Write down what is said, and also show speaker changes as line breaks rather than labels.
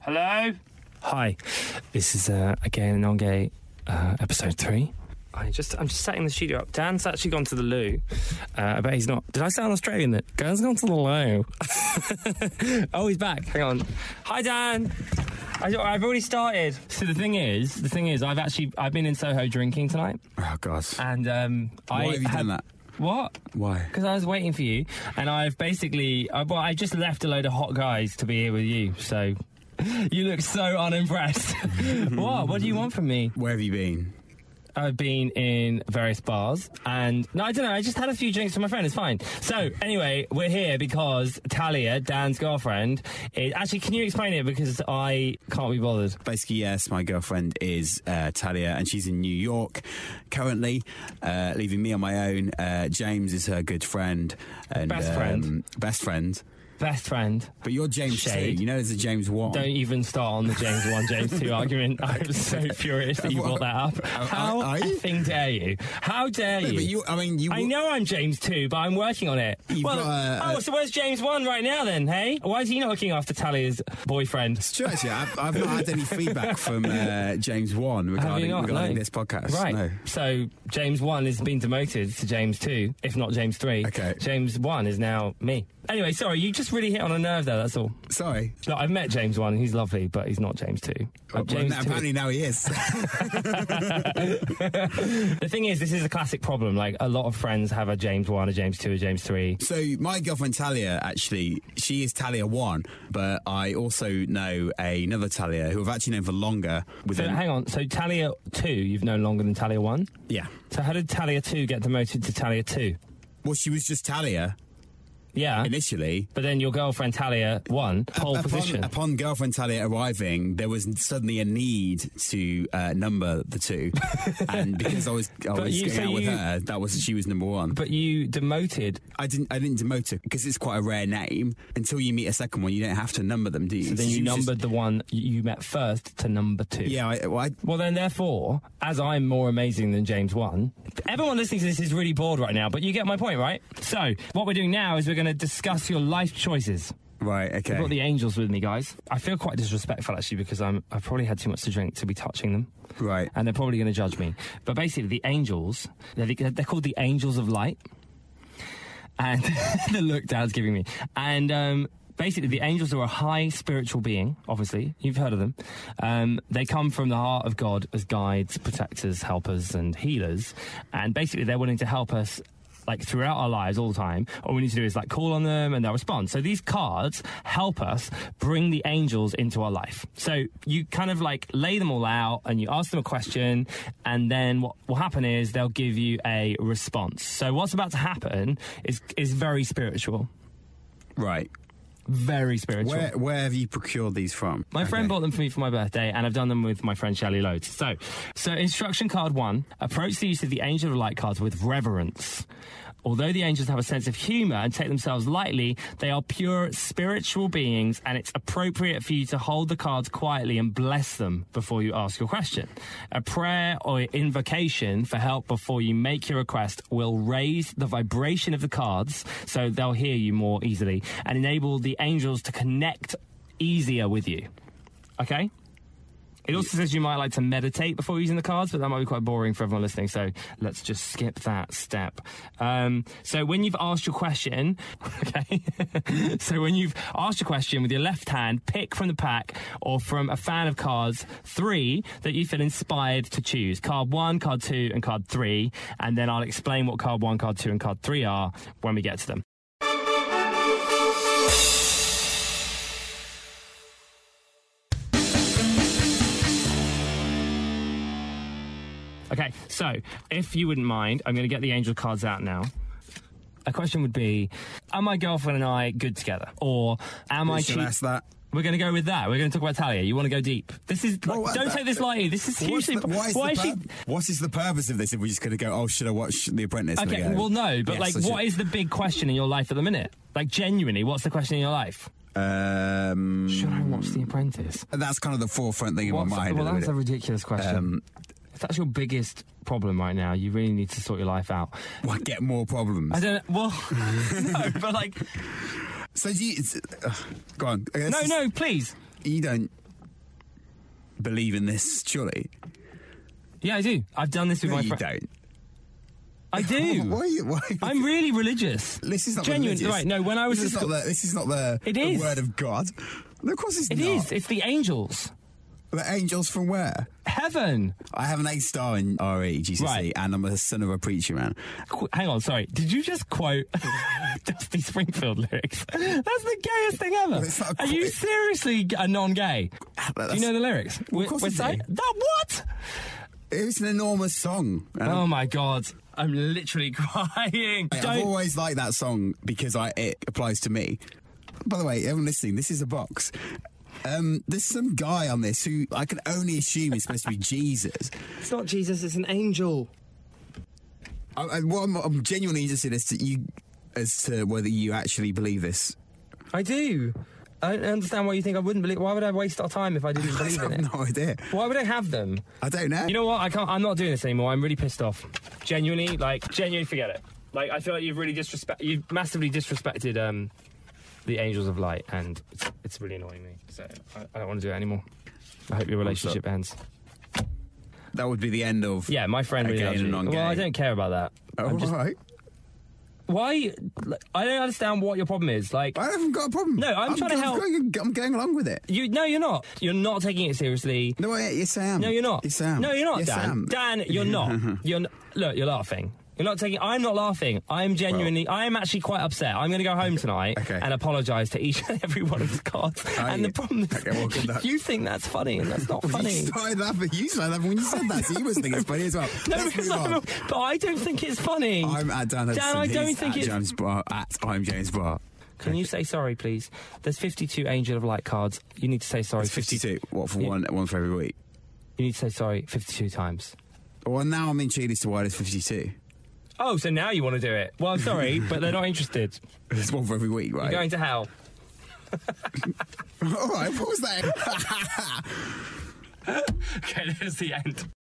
Hello?
Hi, this is uh, again non gay uh, episode three. I just I'm just setting the studio up. Dan's actually gone to the loo. Uh, I bet he's not. Did I sound Australian? That Dan's gone to the loo. oh, he's back. Hang on. Hi, Dan. I, have already started. So the thing is, the thing is, I've actually I've been in Soho drinking tonight,
Oh God.
and um, I
Why have you done that?
What?
Why?
Because I was waiting for you, and I've basically, I, well, I just left a load of hot guys to be here with you. So you look so unimpressed. what? What do you want from me?
Where have you been?
I've been in various bars, and no, I don't know. I just had a few drinks with my friend. It's fine. So anyway, we're here because Talia, Dan's girlfriend, is actually. Can you explain it? Because I can't be bothered.
Basically, yes, my girlfriend is uh, Talia, and she's in New York currently, uh, leaving me on my own. Uh, James is her good friend and um,
Best friend.
best friend.
Best friend.
But you're James
Shade.
too. You know, there's a James One.
Don't even start on the James 1, James 2 argument. I'm so furious that you brought that up. How
I- I-
effing dare you? How dare
No,
you?
but you, I mean, you.
I know I'm James 2, but I'm working on it.
You've
Well,
got a-
oh, so where's James 1 right now then, hey? Why is he not looking after Talia's boyfriend?
It's true, actually. I've, I've not had any feedback from uh, James One
Have you
regarding,
not?
regarding
No.
this podcast.
Right.
uh, No.
So James 1 has been demoted to James 2, if not James 3.
Okay.
James 1 is now me. Anyway, sorry, you just really hit on a nerve there, that's all.
Sorry.
Look, I've met James 1, he's lovely, but he's not James 2. Uh,
Oh, Well,
James 2
apparently now he is.
The thing is, this is a classic problem. Like a lot of friends have a James one, a James two, a James three.
So my girlfriend Talia, actually, she is Talia one, but I also know another Talia who I've actually known for longer. With
So
an-
hang on. So Talia two, you've known longer than Talia one.
yeah,
So how did Talia two get demoted to Talia two?
well, she was just Talia
Yeah.
initially.
But then your girlfriend Talia one pole
Upon,
position.
upon girlfriend Talia arriving, there was suddenly a need to uh, number the two, and because I was I was
you-
going
so
out with
you-
her, that was she was number one.
But you demoted.
I didn't I didn't demote her because it's quite a rare name. Until you meet a second one, you don't have to number them, do you?
So then
she
you
was just-
numbered the one you met first to number two.
yeah, I, well, I,
Well, then, therefore, as I'm more amazing than James 1, everyone listening to this is really bored right now, but you get my point, right? So, what we're doing now is we're going to discuss your life choices.
right, okay.
I've got the angels with me, guys. I feel quite disrespectful actually because I'm I've probably had too much to drink to be touching them,
Right.
and they're probably going to judge me. But basically, the angels they're, the- they're called the angels of light, and the look Dad's giving me, and. Um, Basically, the angels are a high spiritual being, obviously. You've heard of them. Um, they come from the heart of God as guides, protectors, helpers, and healers. And basically, they're willing to help us like throughout our lives all the time. All we need to do is like call on them and they'll respond. So these cards help us bring the angels into our life. So you kind of like lay them all out and you ask them a question and then what will happen is they'll give you a response. So what's about to happen is is very spiritual.
Right.
Very spiritual.
Where where have you procured these from?
My friend
Okay.
bought them for me for my birthday, and I've done them with my friend Shelley Loads. So, so instruction card one: approach the use of the Angel of Light cards with reverence. Although the angels have a sense of humor and take themselves lightly, they are pure spiritual beings, and it's appropriate for you to hold the cards quietly and bless them before you ask your question. A prayer or invocation for help before you make your request will raise the vibration of the cards so they'll hear you more easily and enable the angels to connect easier with you. Okay? It also says you might like to meditate before using the cards, but that might be quite boring for everyone listening, so let's just skip that step. Um, so when you've asked your question, okay, so when you've asked your question with your left hand, pick from the pack or from a fan of cards three that you feel inspired to choose. Card one, card two, and card three, and then I'll explain what card one, card two, and card three are when we get to them. Okay, so if you wouldn't mind, I'm going to get the angel cards out now. A question would be Are my girlfriend and I good together? Or am I
Shall I
cheating?
ask that.
We're going to go with that. We're going to talk about Talia. You want to go deep? This is like,
Well, what-
don't take this lightly. This is
What's
hugely.
the- why is,
why
the
is she?
pur- what is the purpose of this if we're just going to go, oh, should I watch The Apprentice? and
Okay,
we go,
well, no, but
yes,
like,
I
what is
should.
the big question in your life at the minute? Like, genuinely, what's the question in your life?
Um,
Should I watch The Apprentice?
that's kind of the forefront thing in
What's-
my mind.
well,
at the
that's a
minute. Um,
ridiculous question. if that's your biggest problem right now, you really need to sort your life out.
Well, I get more problems.
I don't. Well, no, but like,
So do you. it's- uh, go on. Okay,
no,
this is-
no, please.
You don't. believe in this, surely.
Yeah, I do. I've done this with
No,
my
you
friends.
don't.
I do.
Why? Why?
I'm really religious.
this is not
genuine.
religious.
Right? No, when I was
this is
at
not
school,
the, this is not the,
It
the
is.
word of God. No, of course it's
it
not.
is. It's the angels,
The angels from where?
heaven.
I have an A star in E, RE GCSE,
Right.
and I'm a son of a preacher man.
Qu- hang on, sorry. Did you just quote Dusty Springfield lyrics? That's the gayest thing ever.
it's not a
Are you
quote.
seriously a non-gay? Do you know the lyrics? Of
course I do.
That what?
It's an enormous song. And
Oh my god. I'm literally crying.
I've
Don't-
always liked that song because I, it applies to me. By the way, everyone listening, this is a box. Um, there's some guy on this who I can only assume is supposed to be Jesus.
It's not Jesus, it's an angel.
I, I, what I'm, I'm genuinely interested as to you, as to whether you actually believe this.
I do. I don't understand why you think I wouldn't believe. Why would I waste our time if I didn't
I
believe in
have
it?
no idea.
Why would I have them?
I don't know.
You know what? I can't. I'm not doing this anymore. I'm really pissed off. Genuinely, like, genuinely, forget it. Like, I feel like you've really disrespect. You've massively disrespected um, the Angels of Light, and it's, it's really annoying me. So I, I don't want to do it anymore. I hope your relationship ends.
that would be the end of.
Yeah, my friend really
Okay,
loves
and
you.
non-gay. Oh.
Well, I don't care about that.
All
I'm just-
right.
Why? like, I don't understand what your problem is. Like,
I haven't got a problem.
No, I'm trying to help.
Going, I'm going along with it.
you? No, you're not. You're not taking it seriously.
No, I, yes, I am.
No, you're not.
Yes, I am.
No, you're not,
yes, I
Dan.
am.
Dan, you're not. You're n- look. You're laughing. You're not taking. I'm not laughing. I'm genuinely. I am actually quite upset. I'm going to go home tonight
Okay.
and apologise to each and every one of the cards.
Are
and
you?
the problem is,
Okay, well, good luck.
you think that's funny, and that's not
Well,
funny.
You started laughing. You started laughing when you said that. So you must think it's funny as well.
No,
Let's
because
move
I'm,
on.
but I don't think it's funny.
I'm at Dan Hudson.
Dan, I don't
He's
think
at
it's-
James Bar at I'm James Bar.
Can you say sorry, please? There's 52 Angel of Light cards. You need to say sorry.
It's 52. What for
Yeah.
one? One for every week.
You need to say sorry 52 times.
Well, now I'm in tune as to why it's 52.
Oh, so now you want to do it? Well, I'm sorry, but they're not interested.
It's one for every week, right?
You're going to hell.
All right. What was that?
Okay, there's the end.